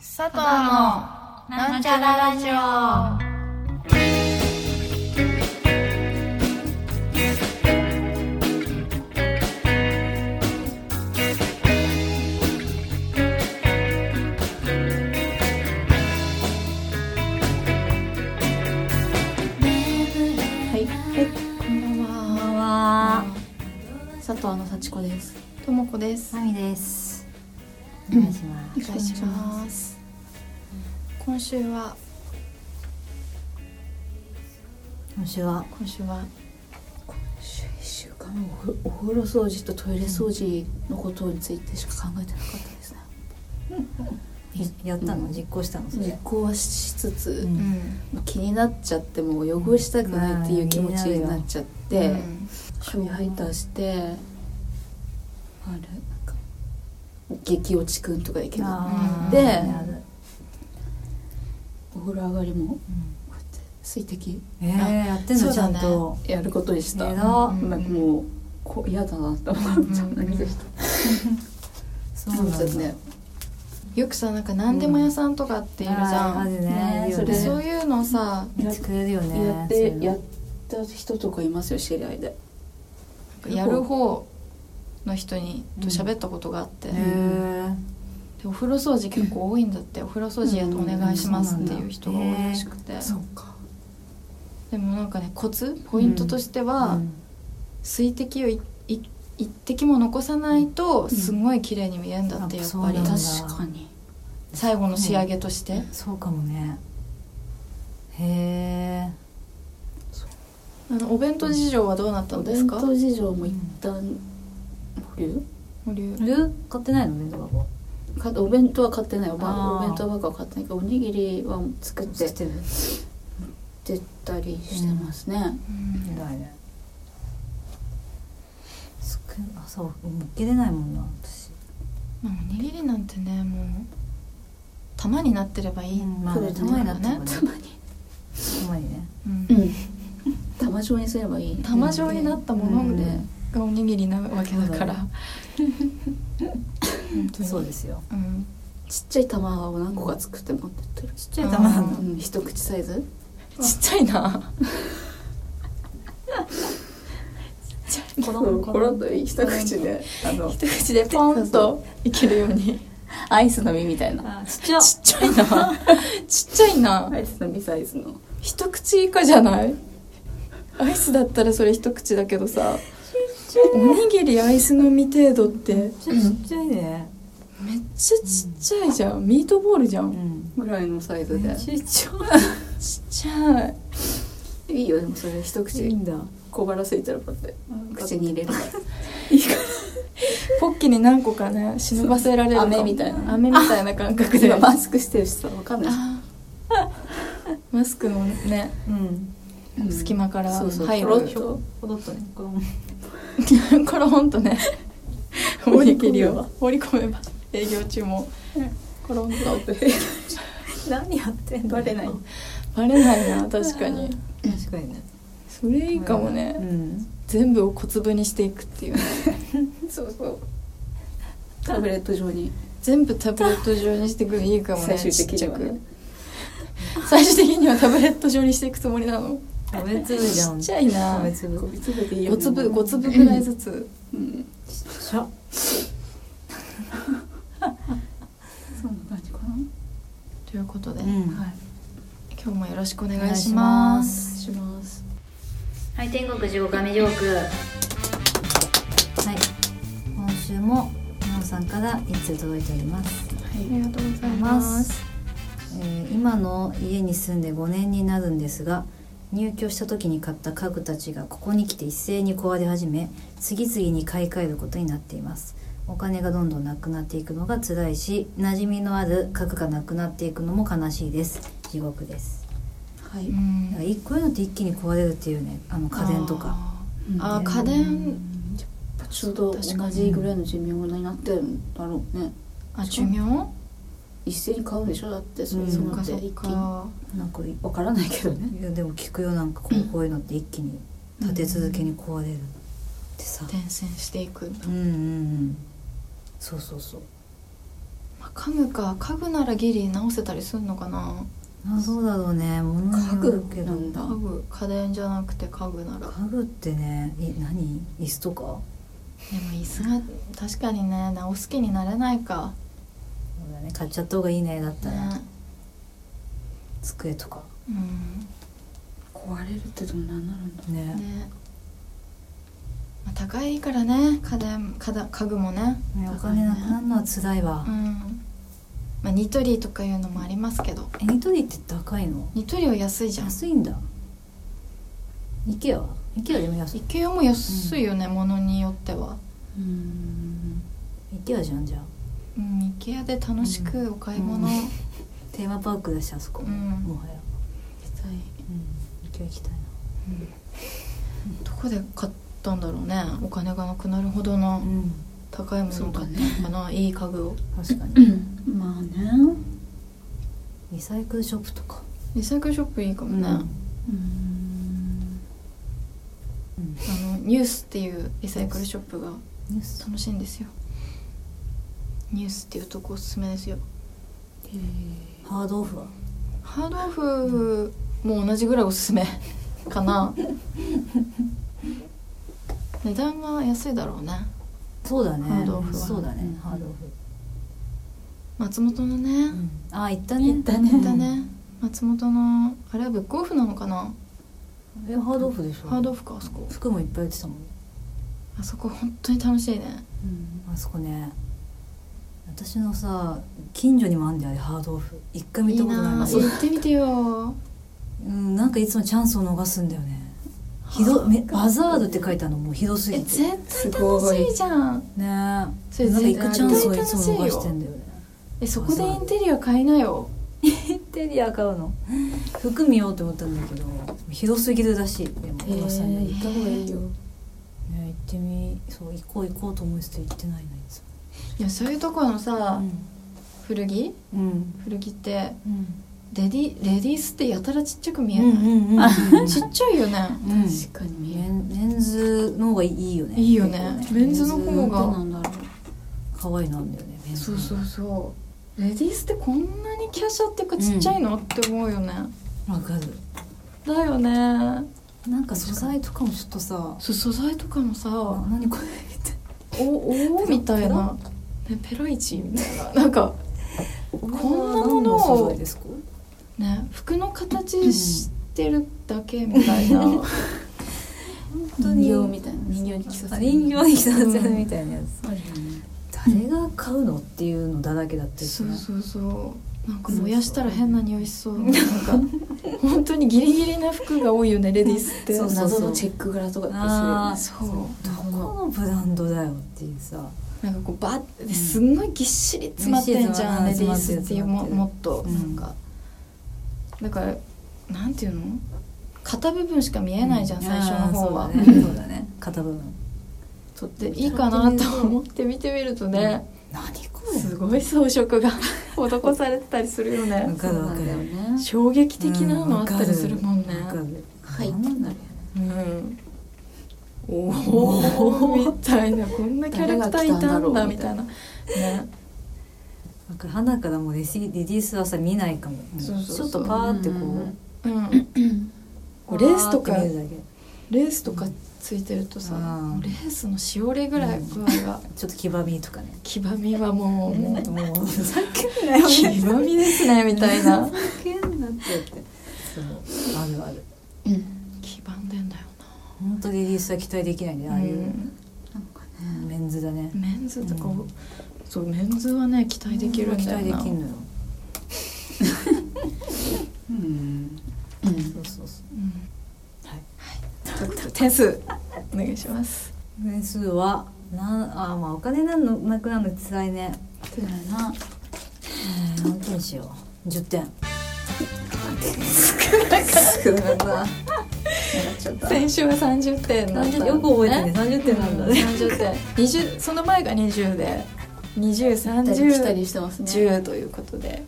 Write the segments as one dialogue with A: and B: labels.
A: 佐藤のなんちゃらラジオ
B: はい、こんばんは。
C: こんばんは。
B: 佐藤の幸子です。
A: ともこです
C: まみです。お願いします。
A: お願いします今週は
C: 今週は
A: 今週は
B: 一週間おお風呂掃除とトイレ掃除のことについてしか考えてなかったですね。
C: やったの、
B: うん
C: 実行したのそれ。
B: 実行はしつつ、
C: うん
B: 気になっちゃってもう汚したくないっていう気持ちになっちゃって、
A: で
B: シュミハイターして、あれなんか激落ちくんとかいけな
C: あー
B: で
C: やる
B: い。お風呂上がりもこうやって水滴
C: うんえー、やってん
A: そ
C: の
A: う
C: ち
A: だ
C: ゃ
A: ね
C: んと。
B: やることにした。
C: え
B: な
C: ら
A: うん
B: かもうこう嫌だなって思っちゃう
A: うん
B: だけど。
C: そ
B: そう
C: なんだ
B: うね。
A: よくさなんか何でも屋さんとかっているじ
C: あー
A: ゃ
C: あ
A: ん、
C: るね
B: ね。
C: いいよ
B: そ
A: で
B: れ
A: そういうのさ
C: ね。作れるよね。
B: やっ
C: そうい
B: て
C: うの
B: やった人とかいますよ知り合いで
A: やる方の人にと喋ったことがあって、
C: へー
A: でお風呂掃除結構多いんだってお風呂掃除やとお願いしますっていう人が多いらしくて、
B: うか
A: でもなんかねコツポイントとしては、
C: うん
A: 水滴をいい一滴も残さないとすごい綺麗に見えるんだって
C: うん
A: やっ
C: そう
A: ぱ
C: なん
A: り、
C: だ
B: 確かに
A: 最後の仕上げとして、
C: そうかもね。へえ。
A: あのお弁当事情はどうなった
B: お
A: んです
B: 弁
A: か
B: 当事情も一旦保留
A: 保留
C: ル買ってないの弁当箱。
B: かお弁当は買ってないお
C: あ
B: ば
C: ー
B: お弁当ばっかは買ってないけどおにぎりは作って
C: 作って
B: 出
C: る。
B: たりしてますね、
C: 偉いね。少あそうもう受けれないもんな私。
A: まあ、おにぎりなんてねもう玉になってればいい、うん
C: まあ
B: これたまに
C: なってもね
B: た まに
C: たまにね。
B: うん玉状にすればいい
A: 玉状になったもの
B: で、
A: でがおにぎりなわけだから、本当に
C: そうですよ。
A: うん、
B: ちっちゃい玉を何個か作って持ってってる
C: ちっちゃい玉な
A: あ
C: んだ
A: ー
B: うん、一口サイズ
A: ちっちゃいな
C: コロ
B: うん
C: ン
B: コ
C: コ
B: ロ
C: ロ
B: ッ
C: ン
B: と一口であの
A: 一口でポンといけるように
B: アイスの実みたいな
C: あちっちゃ
A: ちっちゃいなちっちゃいな
B: アイスの実サイズの
A: 一口以下じゃないアイスだったらそれ一口だけどさおにぎりアイスのみ程度ってめっ
C: ちっちゃいね
A: ちゃちっちゃいじゃんミートボールじゃ
C: うんん
B: ぐらいのサイズで
C: ちっちゃ
A: ちっちゃい
B: いいよでもそれ一
C: いい
B: 口
C: んだ
B: 小腹空いたらパッて口に入れる
A: ポッキに何個かね忍ばせられるかも
B: 飴みたいな
A: 飴みたいな感覚で
B: 今マスクしてるしさわかんない
A: あーマスクのね
C: うん
B: うん
A: 隙間から
B: そうそう
A: 入
B: ポロ
A: る
B: ッと
C: コロッとねコロン
A: これほんとねお
B: 放り
A: に
B: 込
A: ぎ
B: め
A: り
B: ば
A: を 放り込めば営業中も
B: コロンと
C: 何やってんの
B: バレない
A: バレないな確 かに
C: 確かにね
A: それいいかもね、
C: うん
A: 全部を小粒にしていくっていうね
B: そうそうタブレット状に
A: 全部タブレット状にしていくのいいかもね
B: 最終的にはね
A: ちっちゃく最終的にはタブレット状にしていくつもりなの
C: 米粒じゃ
A: ちっ
C: ん
A: ち
C: ゃ
A: ゃいな
C: 米粒
B: 5粒でいいよ
A: 5粒5粒くらいずつ
B: うん
C: ちゃ
B: そんな感じかな
A: ということで、
C: うん
B: はい
A: 今日もよろしくお願いします
B: します
C: はい天国地獄亀地獄はい今週も皆さんからいつ届いております
B: はい
A: ありがとうござい
C: ま
A: ます
C: す、えー今の家に住んで5年になるんですが入居した時に買った家具たちがここに来て一斉に壊れ始め次々に買い替えることになっていますお金がどんどんなくなっていくのが辛いし馴染みのある家具がなくなっていくのも悲しいです地獄です
B: はいう
C: だから
A: ん、
C: いこういうのって一気に壊れるっていうねあの家電とか
A: あーあー
C: うん
A: 家電
B: ちょうど同じぐらいの寿命になってるんだろうね
A: あ寿命
B: 一斉に買うんでしょだってそ
C: うん
B: れ
A: そ
B: そ
A: っ
B: う
A: か
B: っ
A: そっ
B: て一気に
A: か
C: なんかいい
B: わからないけどね
C: やでも聞くよなんかこうこういうのって一気に立て続けに壊れるってさ
A: 転戦していくんだ
C: うんうんうんそうそうそう
A: まあ家具か家具ならギリ直せたりするのかな
C: あそうだろうね物によるけ
B: 家具な
C: ど
B: んだ
A: 家具家電じゃなくて家具なら
C: 家具ってねえ何椅子とか
A: でも椅子が確かにね直す気になれないか、
C: そうだね買っちゃった方がいいねだった
A: ね
C: ら、机とか
A: うん
B: 壊れるってどんなんなるんだ
C: ね
A: ね、まあ、高いからね家電家だ家具もね
C: ねお金なくなるのは辛いわ
A: う、んまあニトリとかいうのもありますけど
C: えニトリって高いの
A: ニトリは安いじゃん
C: 安いんだ IKEA は IKEA でも安い
A: IKEA も安いよね、ものによっては
B: うーん
C: IKEA じゃんじゃあ
A: うん IKEA で楽しくお買い物、
C: うんテーマパークだしあそこ、
A: うん
C: もはや、
B: 絶対
C: うん、IKEA 行きたい
A: どこで買ったんだろうねお金がなくなるほどの
C: なうん
A: 高いものを買ったのかな、いい家具を
C: 確かに、
B: まあね
C: リサイクルショップとか
A: リサイクルショップいいかもね、
C: うん
A: あ
B: うーん
A: のニュースっていうリサイクルショップが
C: ニュース
A: 楽しいんですよニュースっていうとこおすすめですよ
B: えー
C: ハードオフは
A: ハードオフも同じぐらいおすすめかな値段が安いだろうね
C: そうだね
A: ハードオフは
C: そうだね、
B: うん
C: ハードオフ、
A: 松本のね
C: ああ行ったね
B: 行ったね
A: 行ったね松本のあれはブックオフなのかな
C: えハードオフでしょ
A: ハードオフかあそこ
C: 服もいっぱい売ってたもん
A: あそこ本当に楽しいね
B: うん
C: あそこね私のさ近所にもあんだよあれハードオフ一回見
A: い
C: た
A: い
C: ことない
A: な
C: な
A: あ行ってみてよ
C: うん、なんかいつもチャンスを逃すんだよねひどめバザードって書いてあるのもうひどす
A: え
C: ぎて
A: 絶
C: ね
A: 対楽しいじゃん
C: えなんか
A: それ
C: 行くチャンスをい
A: 絶
C: つ
A: 対
C: も逃
A: 楽しい
C: してん
A: よ
C: だよね
A: えそこでインテリア買いなよ
C: インテリア買うの服見ようと思ったんだけどひどすぎるらしいでも
B: えー
C: おばさんが
B: 行った方がいいよ
C: ね行ってみそう行こう行こうと思いつつ行ってないのいつ
A: いやそういうとこのさ、
C: も
A: 古着
C: うんうん
A: 古着って
C: うん
A: レディレディースってやたらちっちゃく見え
C: う
A: ない、
C: んうん う ん
A: ちっちゃいよね
C: うん
B: 確かに見え
C: メンメンズの方がいいよね
A: いいよねメンズの
B: な
A: 方
B: んでな
A: が
B: んだろう
C: 可愛いなんだよねメンズ
A: そうそうそうレディースってこんなに華奢っていうかちっちゃいの、って思うよね
C: わかる
A: だよね
C: なんか素材とかもちょっとさ
A: そう素材とかもさ
C: あ
A: お
C: 何これみたい
A: おみたいなねペライチみたいななんか
C: な
A: こんなものを
C: 何素材ですか
A: ね服の形してるだけみたいな、
C: 当に
B: 人形みたいな人形に着させ
C: あ
B: る
C: 人形に着させるみたいなやつ
B: あるよね
C: 誰が買うのっていうのだらけだって
A: そう
C: ね
A: そうそうなんか燃やしたら変な匂いしそうなんか本当にギリギリな服が多いよねレディースって
C: そ
A: そうう
C: そ
B: 謎
C: う
B: のチェック柄とかだったりす
C: どこのブランドだよっていうさ
A: なんかこうバッてすんごいぎっしり詰まってんじゃん、
C: うん
A: レディースっていうも
C: 詰ま
A: も
C: っ
A: っとなんか、だからなんていうの片部分しるよね見えないじゃん、最初の方は、
C: あーそうだねそうだね片部分
A: とっていいかなと思って見てみるとね、
C: 何こ
A: すごい装飾 が施されてたりするよね
C: わ
B: る
C: かるわ
B: そうな
C: か
B: んだよ
C: る
B: ね
A: 衝撃的なのあったりするもんね、
C: わかる
B: はいってなるよね
A: うんおおみたいなこんなキャラクターいたんだみたいなね
C: なんか花からもうレシリディースはさ見ないかもも
A: そうそうそう
C: ちょっとパーってこう、
B: うん
A: うんこうレースとか
C: パーって見るだけ
A: レースとかついてるとさ
C: うん
A: レースのしおれぐらい具合が
C: ちょっと黄ばみとかね
A: 黄ばみはもうも
C: も
A: う
C: うもうふざけんなよ
A: 黄ばみですねみたいな
C: けんなってってそうあるある
B: うん
A: 黄ばんでんだよ
C: 本当リリースは期待できないね
A: な
C: ああいううん
B: なんかね
C: メンズだね、
A: メンズとか
C: うん
A: そうメンズはね期待できるん
C: 期
A: だ
C: 待で
A: よな
C: きんのよ
B: うんうん
C: そうそうそ
A: うん
C: はい
A: ということで点数お願いします
C: う点数はなんあまあお金なんのなくなるのつらいね
B: そうだな
C: えー何点しよう10点 少なかった
B: ちょっと
A: 先週は30点だった
C: 30よく覚えてね30点なんだね
A: 三十点、二十その前が二十で、二十三
B: 来た
A: 十
B: り来たりしてますね
A: 十ということで、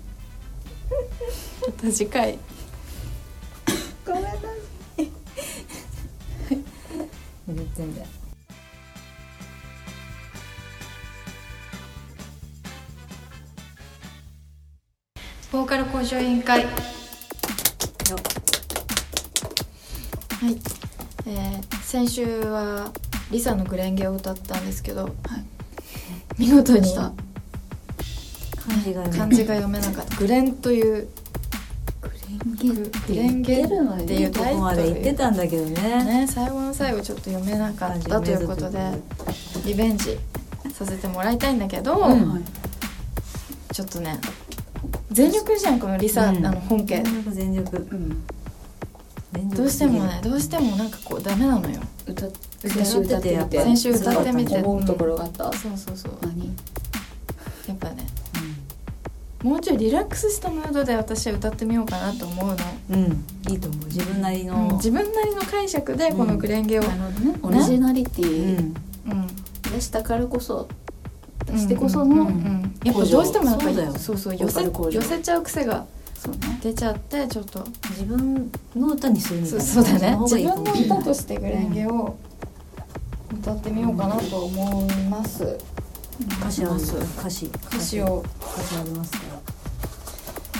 A: また次回
B: ごめんなさい
C: 10点で
D: カル交渉委員会
A: はい、えー先週はリサの「グレンゲ」を歌ったんですけど、見事に
B: した
C: 漢字が
A: 漢字が読めなかった「グレン」という
B: グ
A: 「グレンゲ」っていう
C: と
A: タイ
C: こ
A: ト
C: まで
A: ル
C: 言ってたんだけどね
A: ね最後の最後ちょっと読めなかったということでリベンジさせてもらいたいんだけど、
C: うん
B: はい
A: ちょっとね全力じゃんこのリサ、
C: うん
A: あの本家
C: 全力全力
B: うん
C: 全力
A: どうしてもねどうしてもなんかこうダメなのよ
B: 歌っ
C: 先週歌ってみて
A: 先週歌ってみて
B: 思うところがあった
A: そうそうそう
B: 何
A: やっぱね
C: う
A: もうちょいリラックスしたムードで私は歌ってみようかなと思うの
C: ん、うん、いいと思う自分なり
A: うん
C: の
A: 自分なりの解釈でこ
C: う
A: の
C: ん
A: グレンゲを、
B: なるほどねオリジナリテ
C: う
B: ィ
C: ん
A: うん
B: 出したからこそ出してこそ
A: うんう
B: の
A: んやっぱどうしてもやっぱ
C: そうだよ
A: りそうそう寄
B: ボーカ
A: せ
B: ル向上
A: 寄せちゃう癖が
B: そうね
A: 出ちゃってちょっと
C: 自分の歌にするみたい
A: そうそ
C: な
A: うだね
C: の方
A: 自
C: がいいか
A: 分
C: も
A: の歌としてグレンゲを歌ってみようかなと思います
C: 歌詞ある歌詞歌
A: 歌詞を
C: 歌詞ありますから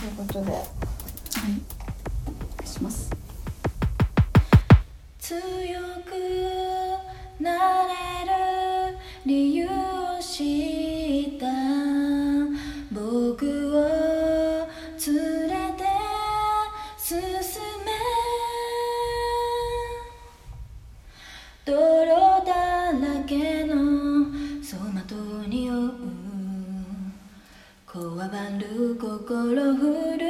A: ということで
B: はいお願いします
D: 強くなれる理由を知った僕を連れて進め泥だらけの走馬灯に追うこわばる心震え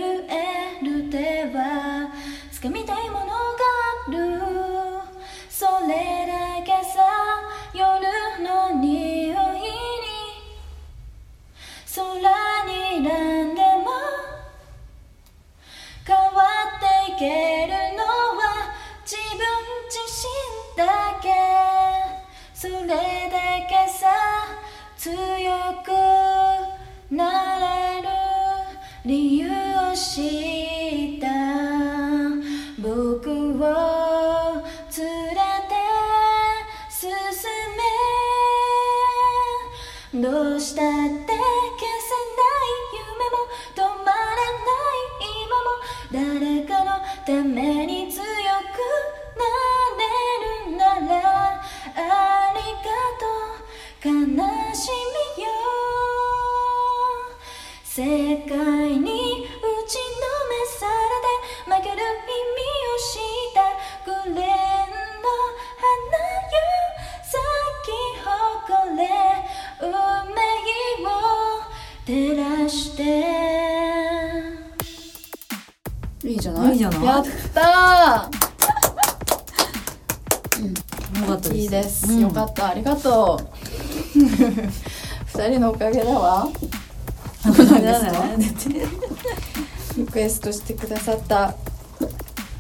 D: る手は掴みたいものがあるそれだけさ夜の匂いに空になんでも変わっていけるのは自分自身だけそれだけさ強くなれる理由を知った僕を連れて進めどうしたって消せない夢も止まらない今も誰かのために強くなれるならありがとう悲しみよ世界に打ちのめされて負ける意味をしたグレーンの花よ咲き誇れ運命を照らして
B: いいじゃない
C: いいじゃない
A: や
C: よ
A: った
C: か
A: ー
C: ったです
A: いいです、
C: うん
A: よかったありがとう 二人のおかげだわ
C: そうなんですね
A: リクエストしてくださった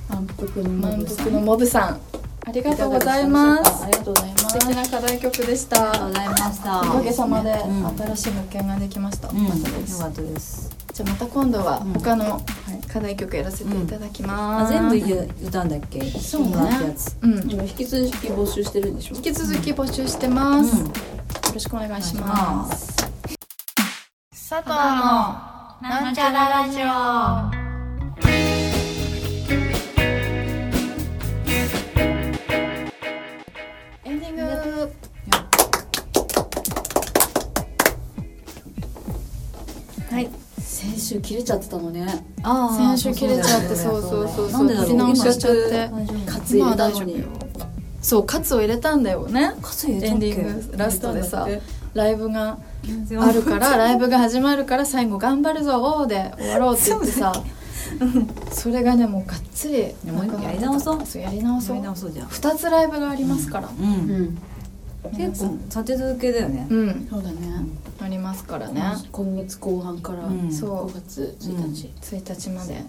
B: 満腹の
A: 満
B: 満
A: 腹
B: 腹
A: の
B: の
A: モブさんありがとうございます
B: ありがとうございます
A: 素敵な課題曲でし
C: ありがとう
A: た
C: ございました
A: おかげさまで
C: うん
A: 新しい物件ができました、
C: うん、
A: またで
C: よ
A: す
C: かったです
A: じゃあまた今度は他の課題曲やらせていただきま
C: あ
A: す、
C: 全部歌うんだっけ
A: そうね
C: 今ってやつ
A: うん、
B: 今引き続き募集してるんでしょ
A: 引き続き募集してます、
C: うん
A: よろしくお願いし
C: お願いし
A: ま
C: ます
D: 佐藤のなんちゃらラジオ
A: エンディング
B: はい先週切れちゃってたのね
C: あー
A: 先週切れちゃってそうそうそう
C: な
A: そ
C: ん
A: う
C: でだ
A: 聞
C: ろ
A: き
C: う
A: 直しちゃっ
C: 今
A: て
C: 大丈
B: カツ入れた
C: 夫
A: まあ大
B: のに
A: 丈そうカツを入れたんだよね
C: カツ入れた
A: エ
C: っ
A: ン
C: け
A: ディングラストでさ
B: 入れ
A: ライブが
C: 全然
A: ある からライブが始まるから最後「頑張るぞおー」で終わろうって言ってさ それがねもうがっつり
C: もう一個やり直そう
A: そうやり直そ
C: や
A: う
C: り直そうじゃん
A: 2つライブがありますから
C: う、
B: うんん
A: 皆
C: 結
A: さん
C: 構立て続けだよね
A: うん
B: そうだね
A: ありますからね
B: 今月後半から
C: うん
A: そう
B: 5月1日
A: 1日まで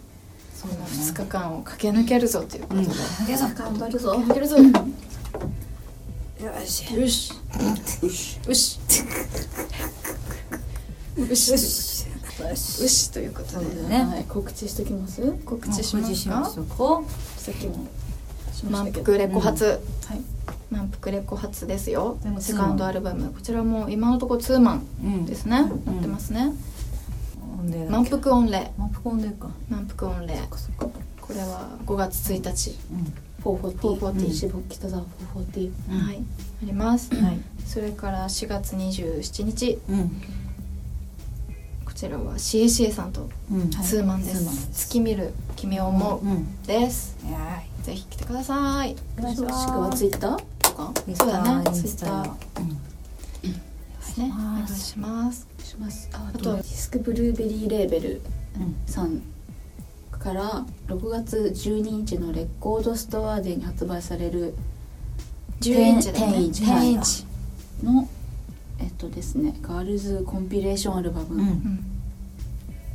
A: その2日間を駆け抜けるぞということで、
C: けさ
B: 頑張るぞ
A: 駆け抜けるぞよ
C: よし
A: しよしよし
C: よ
A: よし
C: しよし
A: よしということで
C: ね
B: はい告知しときます
A: 告
C: 告
A: 知します
C: 知しま
A: か
C: しょうか
B: さっきもしま
A: 満
B: したけど
A: 腹レコ発、
B: はい
A: 満腹レコ発ですよ
C: でもツ
A: セ
C: ーマン
A: カンドアルバムこちらも今のところツーマン
C: うん
A: ですね、
C: うん
A: なってますね、
C: う御礼だ
A: 満
C: っけ
A: 腹御礼
C: 満腹御礼か
A: 満腹御礼これは5月1日、
B: 440
A: 440
B: 渋谷北沢440
C: うん
A: はいあります、
C: はい
A: それから4月27日
C: うん
A: こちらはシエシエさんと
C: うん
A: ツーマンで
C: ツ
A: す
C: ーマンで
A: 「
C: す
A: 月見る君を思
C: うん
A: う」です
C: いや
A: ぜひ来てください
C: お願いします
B: しくはツイッターとか
C: ー
A: そうだね
C: インス
A: ツ
C: タ
A: イッ
C: うん
A: ですねお願いします
B: しますあ
A: あ
B: と
A: と
B: ディスクブルーベリーレーベル
C: うん
B: さんから6月12日のレコードストアデーに発売される
A: 10インチだね
B: 10インチ
A: 10インチ
B: のえっとですねガールズコンピレーションアルバム、
C: うん
A: うん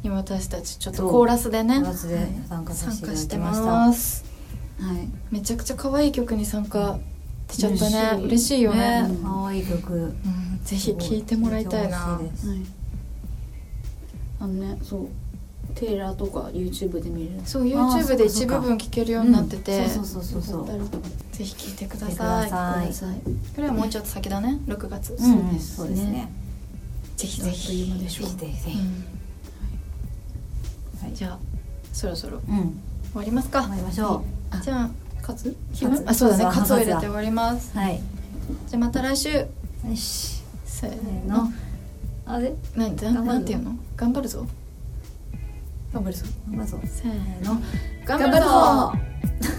A: 今私たちちょっとコーラスでね
C: コーラスで参加さ
A: 参
C: せていた
A: 加
C: だ
A: して
C: きました
A: ます
B: はい
A: めちゃくちゃ可愛い曲に参加しちゃったね
B: 嬉しい
A: 嬉しいよね
B: ね
C: 可愛い曲
A: うんぜひ聴いてもらいたいな
C: 聴てほしいです
B: はい、あのねそうテイラーとか YouTube で見れる
A: そう
C: あー
A: YouTube で
C: そ
A: 一
C: っかそっか
A: 部分聴けるようになってて
C: そうそうそうそうそう
B: よかったら
A: ぜひ聴いてくだ
C: 見てく
A: さ
C: だ
A: い
C: さい
B: さい
A: これはもうちょっと先だね6月
C: うんうん
B: そ
C: そうう
B: で
C: ですす
B: ね
C: ね
A: ぜひぜ
B: あっという間
A: ひ
B: でし
C: ぜ
B: ょう
C: ひぜひぜ
A: う
C: ひ
A: ん
C: はい
A: じゃあそろそろ終
C: うん
A: わりますか
C: 頑張りましょ
B: あ
A: じゃ
B: カツ
A: あ
C: カツ
A: あそうだね
C: カツ
A: カ
C: は
A: ツを入れ
C: カ
A: て
C: ツ
A: 終
C: だ
A: わります
C: うはい
A: じゃあまた来週
C: よし
A: せ
C: せー
A: ーの
C: のあれ
A: 何だ
C: 頑張るぞ
A: なんていうの頑張るぞ
B: 頑張るぞ
C: 頑張るぞ
A: せーの
C: 頑張るぞ